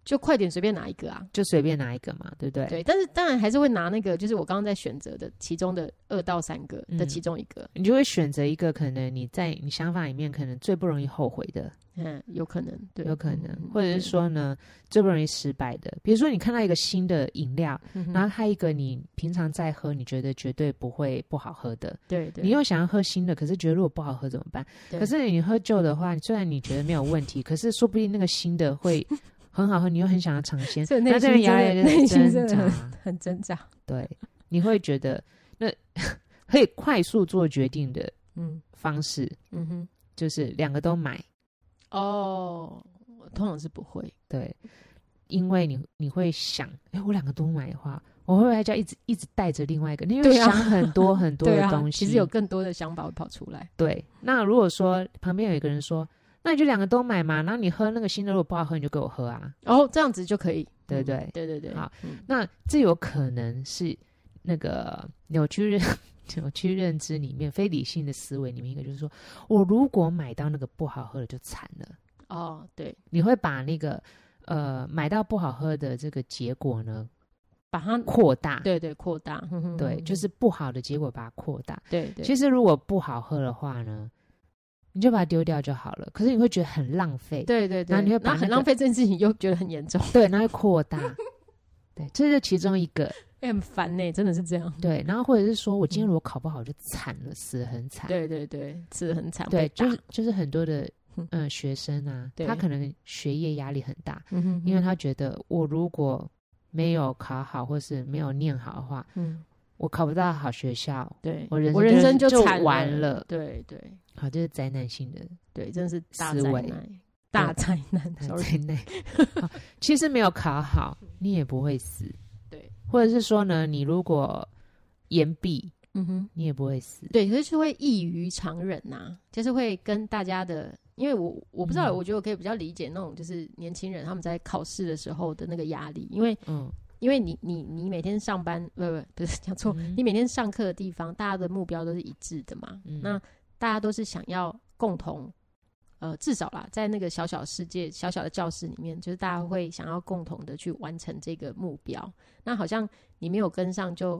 就快点随便拿一个啊。
就随便拿一个嘛，对不对？
对，但是当然还是会拿那个，就是我刚刚在选择的其中的二到三个的
嗯
其中一个，
你就会选择一个可能你在你想法里面可能最不容易后悔的，
嗯，有可能，对，
有可能
嗯，
或者是，说呢最不容易失败的。比如说你看到一个新的饮料，
对嗯哼
然后还有一个你平常在喝，你觉得绝对不会不好喝的，
对对，
你又想要喝新的，可是觉得如果不好喝怎么办？
对
可是你喝旧的话，虽然你觉得没有问题，可是说不定那个新的 会很好喝，你又很想要尝鲜，
所以 内
那这
心
边
真的
牙也
内心真
挣
的
扎，
很挣扎，
对，你会觉得那 可以快速做决定的
嗯
方式
嗯哼，
就是两个都买，
哦，我通常是不会，
对，因为你你会想，哎、我两个都买的话。我会不会就要一直一直带着另外一个？因为
对啊
想很 多很多
对
的
啊
东，西，
其实有更多的想法会跑出来，
对，那如果说旁边有一个人说，那你就两个都买嘛，然后你喝那个新的，如果不好喝，你就给我喝啊。
哦，这样子就可以，
对
嗯
对
对对对，
好
嗯，
那这有可能是那个 扭曲认扭曲认知里面非理性的思维里面一个，就是说我如果买到那个不好喝的就惨了，
哦，对，
你会把那个呃买到不好喝的这个结果呢
把它，
扩大，
对对，扩大，嗯哼
对，就是不好的结果把它扩大。
对对，
其实如果不好喝的话呢，你就把它丢掉就好了，可是你会觉得很浪费。
对对对，
然后你会把
那很
那个
浪费这件事情，又觉得很严重，
对，然后会扩大， 对，这是其中一个。
哎很烦呢，真的是这样。
对，然后或者是说我今天如果考不好就惨了，死得很惨。
对对对，吃的很惨，
对，
被打
就是就是很多的
嗯
嗯学生啊，
对
他可能学业压力很大，
嗯哼，
因为他觉得我如果没有考好或是没有念好的话，
嗯，
我考不到好学校，
对，
我人
我人生
就
惨
完
了，
了。
对对
好，这是灾难性的
对，真的是大
思
灾
维
难，大灾难，sorry，
灾 难。好其实没有考好，你也不会死。
对，
或者是说呢，你如果延毕，
嗯哼。
你也不会死。
对，可是就会异于常人呐、就是会跟大家的，因为我我不知道，
嗯
我觉得我可以比较理解那种就是年轻人他们在考试的时候的那个压力，因为
嗯，
因为你你你每天上班，不不不是讲错，
嗯
你每天上课的地方，大家的目标都是一致的嘛，
嗯
那大家都是想要共同。呃，至少啦，在那个小小世界、小小的教室里面，就是大家会想要共同的去完成这个目标。那好像你没有跟上，就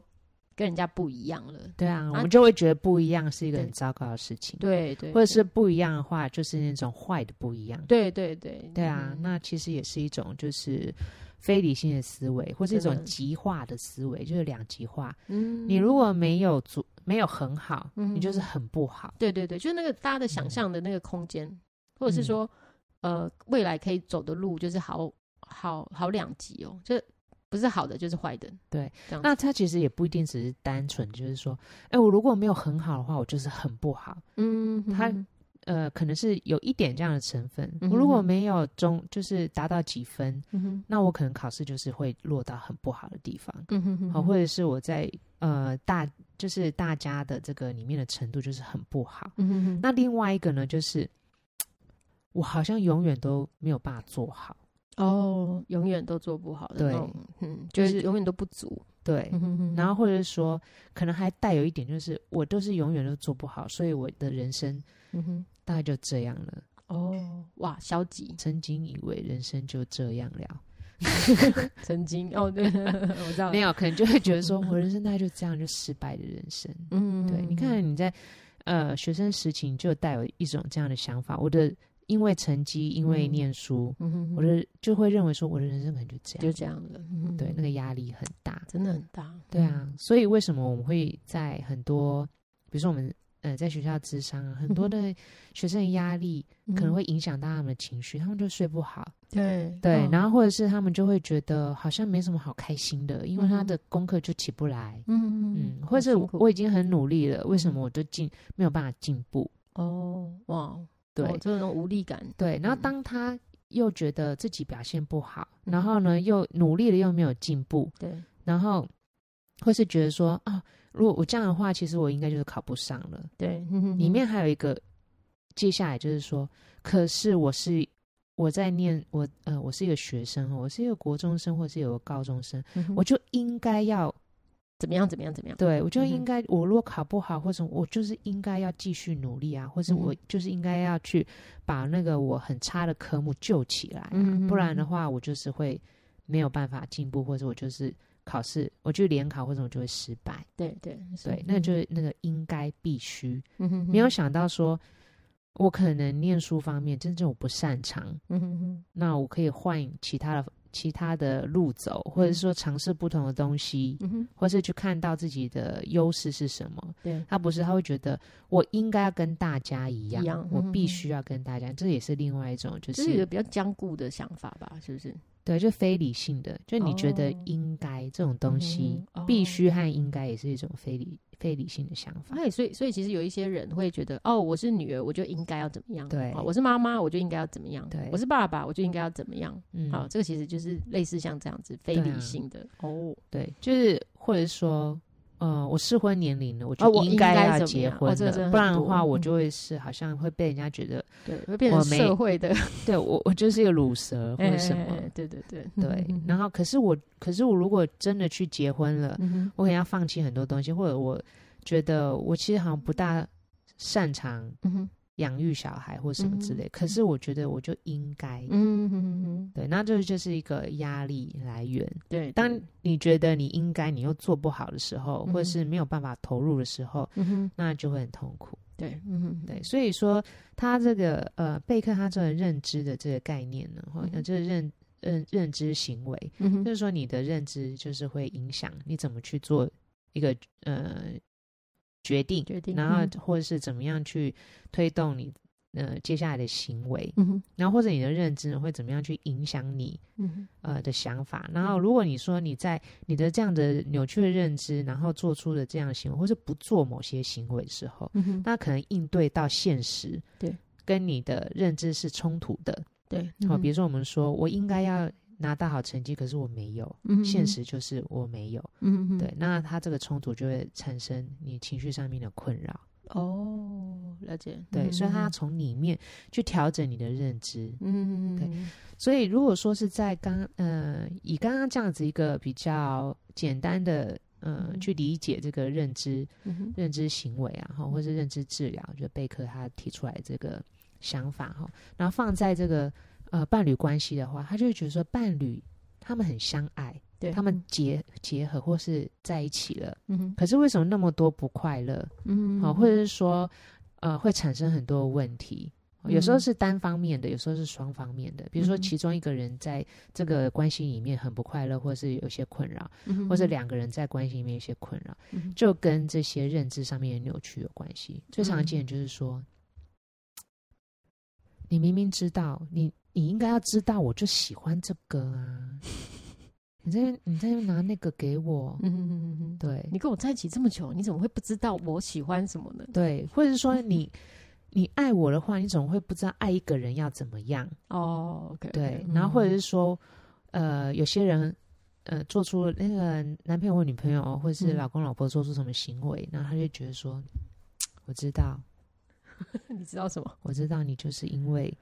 跟人家不一样了。
对啊，我
啊
们就会觉得不一样是一个
对
很糟糕的事情，
对对，
或
对
者是不一样的话，就是那种坏的不一样。
对对对，
对啊，
嗯
那其实也是一种就是非理性的思维，或是一
真的
种极化的思维，就是两极化。
嗯
你如果没有足没有很好，
嗯
你就是很不好。
对对对，就是那个大家的想象的那个空间，或
嗯
者是说，呃，未来可以走的路，就是好好好两极哦，就不是好的就是坏的。
对，
这样子
那他其实也不一定只是单纯就是说，哎，我如果没有很好的话，我就是很不好。
嗯，
他
嗯
呃，可能是有一点这样的成分。
嗯哼
我如果没有中，就是达到几分，
嗯哼
那我可能考试就是会落到很不好的地方。
嗯哼嗯
好、
哼，
或者是我在呃大，就是大家的这个里面的程度就是很不好。
嗯哼哼，
那另外一个呢，就是我好像永远都没有办法做好。
哦，永远都做不好的那
对
种，嗯，就是
是
永远都不足。
对，
嗯哼哼
然后或者是说，可能还带有一点，就是我都是永远都做不好，所以我的人生
嗯哼，
大概就这样了。
哦，哇，消极，
曾经以为人生就这样了，
曾经，哦，对，我知道了，
没有，可能就会 觉得说我人生大概就这样，就失败的人生。
嗯，嗯，
对，
嗯，
你看你在呃学生时期你就带有一种这样的想法，我的因为成绩，因为
嗯
念书，
嗯哼哼
我的就会认为说我的人生可能就这
就
样，
这样了，嗯哼
对，
哼
那个压力很大。
真的很大，
对啊，所以为什么我们会在很多，比如说我们呃在学校智商啊，很多的学生的压力
嗯，
可能会影响到他们的情绪，他们就睡不好，
对
对，
嗯
然后或者是他们就会觉得好像没什么好开心的，因为他的功课就起不来，
嗯
嗯
嗯，，
或者是
很辛
我
苦嗯
我已经很努力了，为什么我都进没有办法进步？
哦，哇，
对、
哦就是那种无力感，
对，然后
嗯
当他又觉得自己表现不好，
嗯
然后呢又努力了又没有进步，
对，
然后或是觉得说啊，如果我这样的话，其实我应该就是考不上了。
对，嗯哼
里
哼
面还有一个，接下来就是说，可是我是我在念我呃，我是一个学生，我是一个国中生，或是有个高中生，
嗯哼
我就应该要
怎么样怎么样怎么样，
对我就
嗯哼
应该，我如果考不好或者我就是应该要继续努力啊，或是我
嗯
就是应该要去把那个我很差的科目救起来啊、
嗯
不然的
话，
话我就是会没有办法进步，或者我就是考试，我去联考或者我就会失败。
对对是
对，那就是那个应该必须，
嗯哼哼
没有想到说，我可能念书方面真正我不擅长，
嗯哼哼
那我可以换其他的其他的路走，或者
嗯
说尝试不同的东西，
嗯哼
或是去看到自己的优势是什么。
对
他不是，他会觉得我应该要跟大家一样，
一样
我
嗯嗯
必
嗯
须要跟大家，这也是另外一种，就
这是一个
是
比较坚固的想法吧，是不是？
对，就非理性的，就你觉得
哦
应该这种东西
嗯哼哦
必须和应该也是一种非理非理性的想法。
哎，所以所以其实有一些人会觉得，哦，我是女儿，我就应该要怎么样；
对
哦我是妈妈，我就应该要怎么样；
对
我是爸爸，我就应该要怎么样。
嗯，
好，这个其实就是类似像这样子非
对
理
啊
性的哦，
对，就是或者说，呃，我适婚年龄了，我
哦
就
我应该
该
怎
要
么
结
样哦
婚了，
这个真的
不
很
然的
多
话，我
嗯
就会是好像会被人家觉得，
对，会变成
我没
社会的
对我我就是一个乳蛇或
哎
者什么，
哎哎嗯对对对
对。然后可是我，可是我如果真的去结婚了，
嗯哼
我可能要放弃很多东西，或者我觉得我其实好像不大擅长
嗯哼
养育小孩或什么之类，可是我觉得我就应该。
嗯哼嗯哼，
对，那这就是一个压力来源。
对，
当
对
你觉得你应该，你又做不好的时候，
嗯
或者是没有办法投入的时候，
嗯哼
那就会很痛苦。
对嗯哼
对，所以说他这个呃贝克他这个认知的这个概念呢，或
嗯哼
呃这个认认认知行为，
嗯哼
就是说你的认知就是会影响你怎么去做一个呃决定，
决定
然后
嗯
或者是怎么样去推动你呃接下来的行为，
嗯哼
然后或者你的认知呢会怎么样去影响你
嗯哼
呃的想法。然后如果你说你在你的这样的扭曲的认知，然后做出的这样的行为，或是不做某些行为的时候，
嗯哼，
那可能应对到现实，
对，
跟你的认知是冲突的。
对，
好、
嗯
比如说我们说我应该要拿到好成绩，可是我没有，
嗯
现，实就是我没有。
嗯哼嗯哼，
对，那他这个冲突就会产生你情绪上面的困扰。
哦，了解，
对，
嗯
所以他
嗯
从里面去调整你的认知。
嗯嗯
对
嗯
所以如果说是在刚呃以刚刚这样子一个比较简单的呃
嗯
去理解这个认知，
嗯哼
认知行为啊，哈，或是认知治疗，就贝克他提出来这个想法哈，然后放在这个呃伴侣关系的话，他就会觉得说伴侣他们很相爱，
对
他们结结合或是在一起了，
嗯哼
可是为什么那么多不快乐？哦
嗯
好、或者是说呃会产生很多问题。有时候
嗯
是单方面的，有时候是双方面的。比如说，
嗯哼
其中一个人在这个关系里面很不快乐，或是有些困扰，或是两个人在关系里面有些困扰，
嗯哼
就跟这些认知上面的扭曲有关系。最常
嗯
见的就是说，你明明知道，你你应该要知道，我就喜欢这个 啊，你在你在拿那个给我，
嗯哼嗯哼，
对
你跟我在一起这么久，你怎么会不知道我喜欢什么呢？
对，嗯或者是说你你爱我的话，你总会不知道爱一个人要怎么样。
哦，OK，嗯
对，嗯然后或者是说，呃，有些人呃做出那个男朋友或女朋友，或是
嗯
老公老婆做出什么行为，然后他就觉得说，我知道，
你知道什么？
我知道你就是因为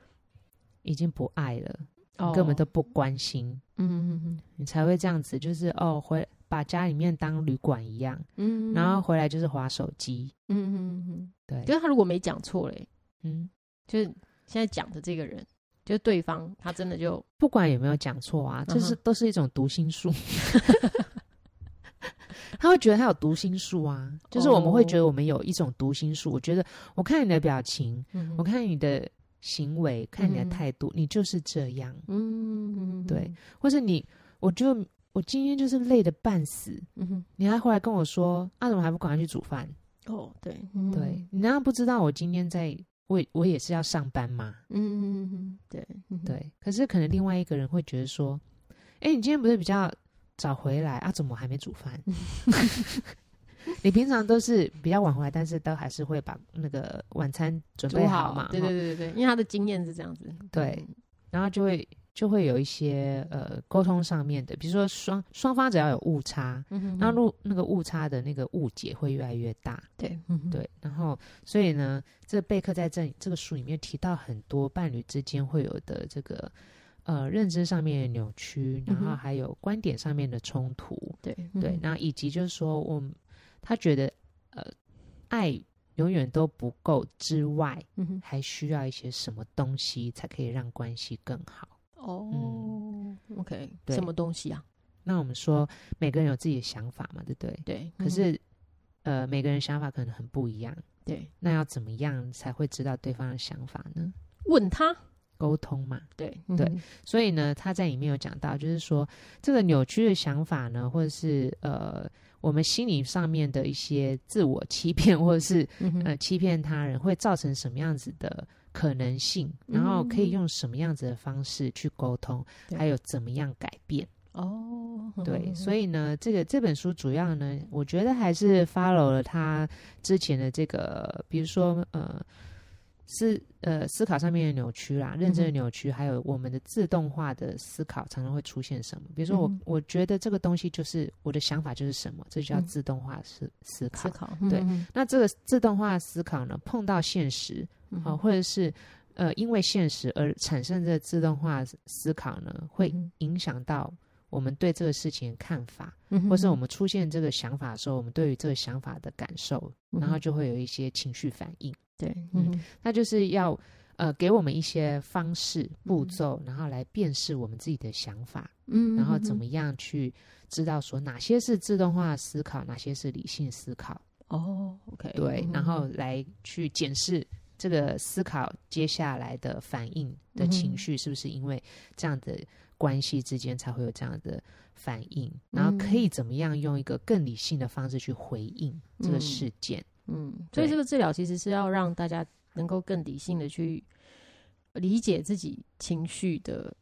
已经不爱了，你根本都不关心，
哦嗯
你才会这样子，就是哦回把家里面当旅馆一样，
嗯
然后回来就是划手机，
嗯嗯嗯，
对，
就是他如果没讲错嘞，
嗯。
就是现在讲的这个人，就是对方，他真的就
不管有没有讲错啊，这是
嗯哼
都是一种读心术。 他会觉得他有读心术啊，就是我们会觉得
哦
我们有一种读心术。我觉得我看你的表情，我看你的行为，看你的
嗯
态度，你就是这样，
嗯，
对，或者你，我就我今天就是累得半死，
嗯哼，
你还回来跟我说，啊，怎么还不赶快去煮饭？
哦，对，
对，你难道不知道我今天在我我也是要上班吗？
嗯嗯嗯，对，
对，可是可能另外一个人会觉得说，哎、你今天不是比较早回来啊？怎么还没煮饭？ 你平常都是比较晚回来，但是都还是会把那个晚餐准备
煮
好嘛？
对
哈
对对对，因为他的经验是这样子，
对，然后就会就会有一些呃沟通上面的，比如说双双方只要有误差，
嗯
那路那个误差的那个误解会越来越大。
对，
对，然后所以呢，这贝克在这里这个书里面提到很多伴侣之间会有的这个呃认知上面的扭曲，
嗯
然后
哼嗯
还有观点上面的冲突，
对
对，，那以及就是说，我们他觉得呃爱永远都不够之外，
嗯哼，
还需要一些什么东西才可以让关系更好。
哦，OK，什
嗯
么东西啊？
那我们说每个人有自己的想法嘛，对不对？
对，
可是、呃每个人想法可能很不一样，
对，
那要怎么样才会知道对方的想法呢？
问他，
沟通嘛，
对，
所以呢，他在里面有讲到，就是说这个扭曲的想法呢，或者是呃，我们心理上面的一些自我欺骗， 或者是呃
哎
欺骗他人，会造成什么样子的可能性，然后可以用什么样子的方式去沟通，
对
还有怎么样改变。
哦，
对，所
以
以呢，这个这本书主要呢，我觉得还是 follow 了他之前的这个，比如说呃思呃思考上面的扭曲啦，认知的
嗯哼
扭曲，还有我们的自动化的思考常常会出现什么？比如说我、
嗯哼
我觉得这个东西就是我的想法就是什么，这就叫
嗯
自动化思思考。
思考，嗯
那这个自动化思考呢，碰到现实
嗯
啊、或者是呃因为现实而产生的自动化思思考呢，
嗯
会影响到我们对这个事情的看法，
嗯
或是我们出现这个想法的时候，我们对于这个想法的感受，
嗯哼
然后就会有一些情绪反应。
对，嗯
那就是要呃给我们一些方式步骤，然后来辨识我们自己的想法，
嗯，
然后怎么样去知道说哪些是自动化思考，哪些是理性思考，
哦，OK，
对，然后
嗯
来去检视。这个思考接下来的反应的
嗯
情绪，是不是因为这样的关系之间才会有这样的反应？
嗯
然后可以怎么样用一个更理性的方式去回应这个
嗯
事件？
嗯，所以
对
这个治疗其实是要让大家能够更理性的去理解自己情绪的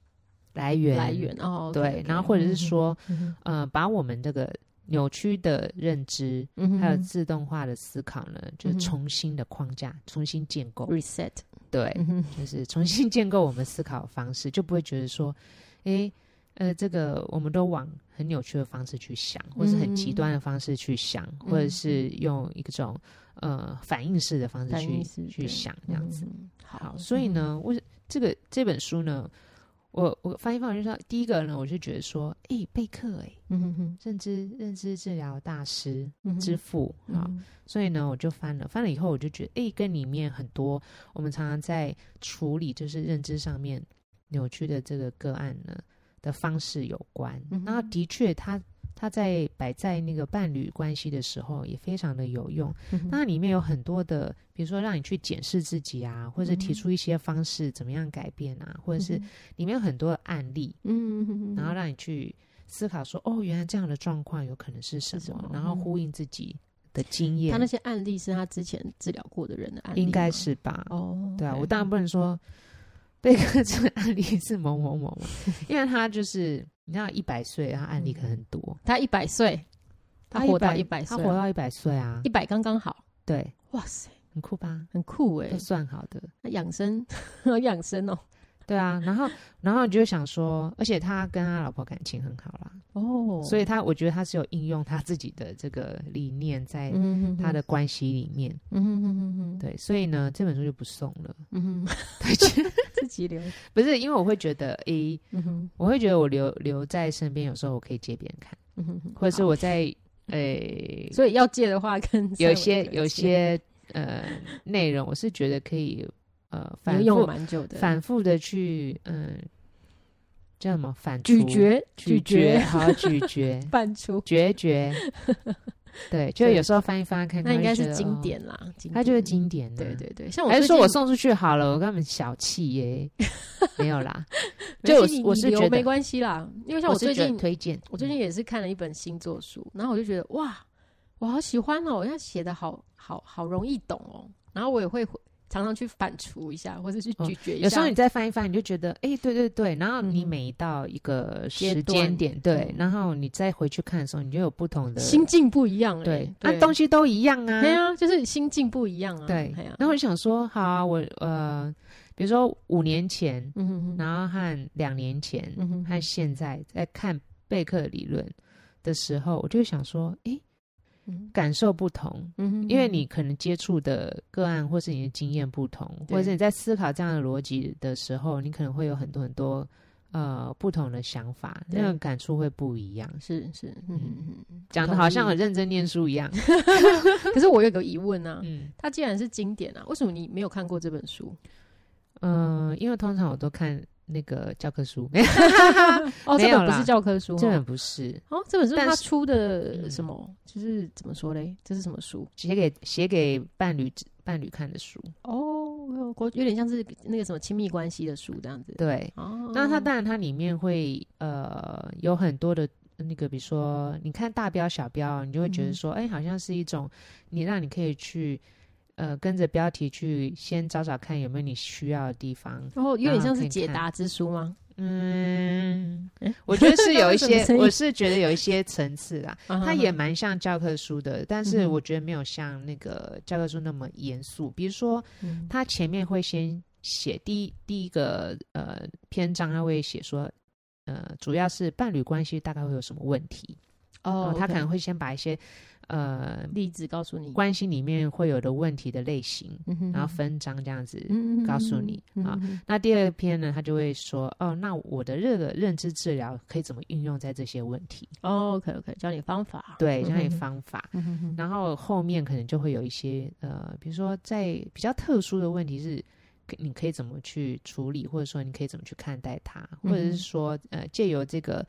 来源
来源哦，嗯
对，然后或者是，说，呃，把我们这个扭曲的认知，
嗯，
还有自动化的思考呢，就是
嗯哼
重新的框架，重新建构。
reset，
对，
嗯哼，
就是重新建构我们思考的方式，就不会觉得说，
嗯
诶，呃，这个我们都往很扭曲的方式去想，或是很极
嗯
端的方式去想，或者是用一种呃反应式的方式
反应式
去去
对嗯
想这样子。，
好
好，，所以，呢，我这个这本书呢，我我翻译方面就是，第一个呢，我就觉得说，诶，贝克、诶。
嗯哼嗯
认知认知治疗大师
哼，
之父啊、好，所以呢，我就翻了，翻了以后我就觉得，诶，跟里面很多我们常常在处理就是认知上面扭曲的这个个案呢的方式有关。
嗯哼
然后的确，他它在摆在那个伴侣关系的时候也非常的有用。
嗯哼
那它里面有很多的，比如说让你去检视自己啊，或者
嗯
提出一些方式怎么样改变啊，或者是里面有很多的案例，
嗯哼哼，
然后让你去思考说，哦，原来这样的状况有可能是什么，
是什么
然后
嗯
呼应自己的经验，
他那些案例是他之前治疗过的人的案例吗，
应该是吧？
哦，
对啊，
OK
我当然不能说贝克这个案例是某某 某嘛，因为他就是你知道一百岁，他案例可能很多，
他一百岁，他活到一百
他
岁，
活到一百岁啊
一，百刚刚好，
对，
哇塞，
很酷吧？
很酷哎
都，算好的，
那养生 好养生哦，
对啊，然后然后你就想说，而且他跟他老婆感情很好啦，
哦，
所
以
以他我觉得他是有应用他自己的这个理念在
嗯
他的关系里面，
嗯哼哼哼哼，
对，所以呢这本书就不送 了，
嗯哼，自己留，
不是因为我会觉得，诶、
嗯哼
我会觉得我留留在身边，有时候我可以借别人看。
嗯哼哼，
或者是
好
我在
嗯
诶、
所以要借的话跟
有
塞维
些
格借
有些呃内容，我是觉得可以呃
也
反
用
复
蛮久的，
反复的去嗯、叫什么反
咀
刍
嚼
咀嚼
嚼
好好咀嚼
半出，
决绝， 对，就
对
有时候翻一翻看看，
那应该
会觉
是
得
经
哦，
典啦，经
它就是
典
经典、啊，
对。对对，像我
还
最
是说
近
我送出去好了，我根本小 气耶、没有啦，
没
就我
关系
是
你
我
你
是
留
觉
没
得
关系啦，因为像
是
最
觉得
近
推荐，
我最近也是看了一本星座书，然后我就觉得哇，我好喜欢哦，人家写的好好好容易懂哦。然后我也会回常常去反刍一下，或者去咀嚼一下。
哦有时候你再翻一翻，你就觉得，哎、对对对，然后你
嗯
每到一个
阶
时
段
间点，对
嗯，
然后你再回去看的时候，你就有不同的
心境不一样、欸，
对，啊
对，，
东西都一样啊
对，啊，就是心境不一样啊，
对
哎呀。，
然后我就想说，好啊，我呃，比如说五年前，
嗯哼哼，
然后和两年前，
嗯哼
和现在在看贝克理论的时候，我就想说，哎、
嗯
感受不同。
嗯哼，
因为你可能接触的个案，或是你的经验不同，
对
或者是你在思考这样的逻辑的时候，你可能会有很多很多呃不同的想法，
对
那种感触会不一样。
是是，嗯嗯嗯，
讲的
同
好像
意
很认真念书一 样。
可是我有个疑问啊，
嗯
它既然是经典啊，为什么你没有看过这本书？
嗯、呃因为通常我都看那个教科书，
哦，这
没有
本不
啦
是教科 书、哦，
这本不是
哦，这本书
但
他
是
出的
嗯
什么？就是怎么说嘞？这是什么书？
写给写给伴侣伴侣看的书。
哦，国有点像是那个什么亲密关系的书这样子。
对，
哦，
那它当然它里面会
嗯
呃有很多的呃那个，比如说你看大标小标，你就会觉
嗯
得说，哎、好像是一种你让你可以去呃跟着标题去先找找看有没有你需要的地方。
然后有点像是
啊可以
解
看
答之书吗？
嗯
诶，
我觉得是有 一
什么
些
声，音
我是觉得有一些层次啦。它
它
也蛮像教科书的，但
嗯
是
哼
我觉得没有像那个教科书那么严肃。比如说，
嗯
他前面会先写第一第一个呃篇章，他会写说，呃，主要是伴侣关系大概会有什么问题，
哦，
他
OK
可能会先把一些呃
例子告诉你，
关系里面会有的问题的类型，
嗯哼
然后分章这样子。
嗯
告诉你啊
嗯
那第二篇呢，他就会说，哦，那我的这个认知治疗可以怎么运用在这些问题？
哦，OK OK，教你方法，
对，这样
嗯
的
哼
方法。
嗯哼哼，
然后后面可能就会有一些呃，比如说在比较特殊的问题是，可你可以怎么去处理，或者说你可以怎么去看待它，或者
嗯哼
是说呃，借由这个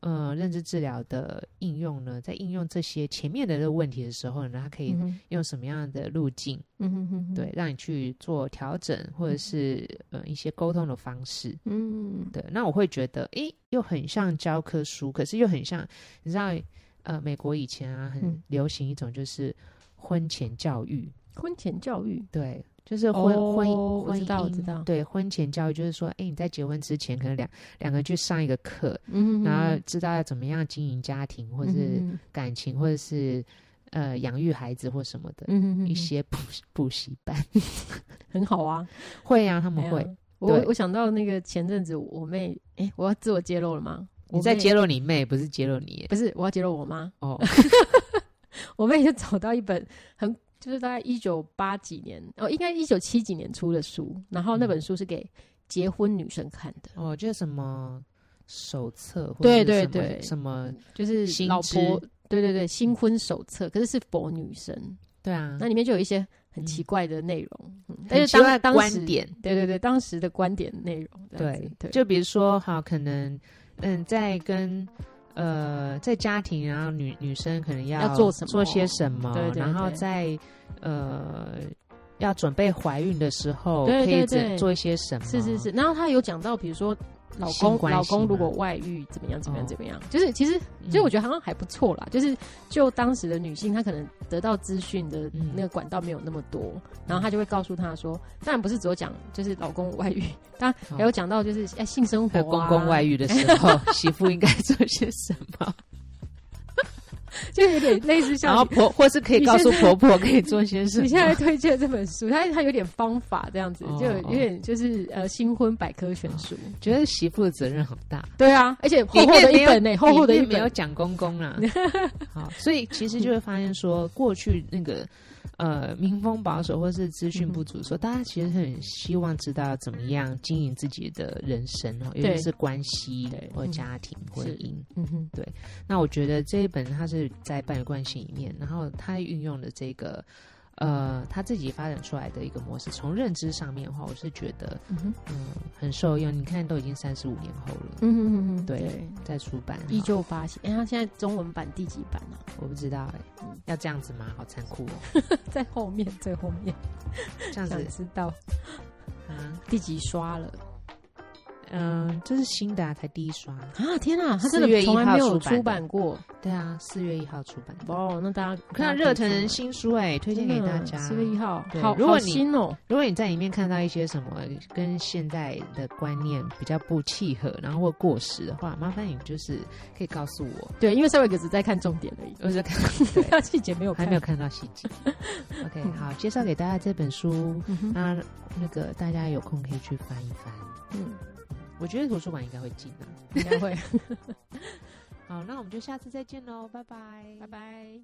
呃认知治疗的应用呢，在应用这些前面的这个问题的时候呢，它可以
嗯哼
用什么样的路径，
嗯哼哼哼，
对，让你去做调整，或者是呃一些沟通的方式。
嗯，
对，那我会觉得，诶，又很像教科书，可是又很像，你知道，呃，美国以前啊，很
嗯
流行一种就是婚前教育，
婚前教育，
对，就是婚、
哦
婚
我
婚
知道我
姻
知道
对，婚前教育就是说，诶，你在结婚之前，可能两两个人去上一个课，
嗯哼哼，
然后知道要怎么样经营家庭，或者是
嗯
感情，或者是呃养育孩子或什么的。
哼哼嗯
一
一
些补 补习班
很好啊，
会啊，他们
哎呀
会。
我
对
我想到那个前阵子我妹，哎、我要自我揭露了吗？
你
我
在
妹
揭露你妹，不是揭露你耶
不是我要揭露我妈，
哦。
我妹就找到一本很就是大概一九八几年哦，应该一九七几年出的书，然后那本书是给结婚女生看的，
哦，就是什么手册，或
对
者是
对
什么
对嗯
什么，
就是
新
老
知
婆对对对新婚手册，可是是佛女生，
对啊
那，里面就有一些很奇怪的内容，嗯但
很
是
奇怪
当
的
当时
观点，
对对对，当时的观点内容，这样子
对，
对，
就比如说，哈，可能，嗯，在跟呃，在家庭，然后女女生可能要
要做什么
做些什么，
对对
然后
对
在呃要准备怀孕的时候，
对对
可以
对
怎做一些什么？
是是是，，然后他有讲到，比如说老
性
公
关
老
系
公如果
嘛
外遇怎么样怎么样
哦嗯
怎么样，就是其实其实我
觉
觉得好像还不错啦，就是就当时的女性，她可能得到资讯的
嗯
那个管道没有那么多，然后她就会告诉她说，当然不是只有讲就是老公外遇，当然还有讲到就是哎、性生活、啊、
哦还有公公外
遇，
遇的时候，媳妇应该做些什么？
就有点类似像
然后婆或是可以
你
告诉
现在
婆婆可以做些什
你现在
么？
推荐这本书，它它有点方法这样子，
哦
就有
哦
有点就是呃新婚百科全书。
觉得媳妇的责任好大，
对啊，而且厚
里
厚
面
的
没
一
有
本呢、厚厚的
里
一
面没有
本。
讲公公 啦。好，所以其实就会发现说，过去那个呃民风保守或是资讯不
嗯
足的时候，大家其实很希望知道怎么样经营自己的人生哦，尤
对
其是关系
对
或
嗯
家庭婚
是
姻。
嗯哼，
那我觉得这一本它是在伴侣关系里面，然后他运用的这个。呃，他自己发展出来的一个模式，从认知上面的话，我是觉得，
嗯哼，
嗯，很受用。你看，都已经三十五年后了，
嗯哼嗯哼，
对
对，
再出版哈
依旧发行。哎、它现在中文版第几版啊？
我不知道哎、
嗯
要这样子吗？好残 酷哦，
在后面，最后面，
这样子
想知道
啊，
第几刷了
嗯、这是新的啊，才第一刷，
啊？天啊，他
4
真的
月
从来没
1号
有
出版的
出版过。
对啊，四月一号出版的。
哇哦，那大家
我看到热腾腾新书哎、推荐给大家。
四月一号，
对
好，
如果
好
你
新哦，
如果你在里面看到一些什么跟现在的观念比较不契合，然后或过时的话，麻烦你就是可以告诉我，
对，因为三位哥只在看重点 而已，
我是看
他细节没有
还
看
没有。看到细 节。OK，
嗯
好，介绍给大家这本书，
嗯哼，
那那个大家有空可以去翻一翻。
嗯，
我觉得图书馆应该会进啊的、
应该会。
好，那我们就下次再见喽，拜拜，
拜拜。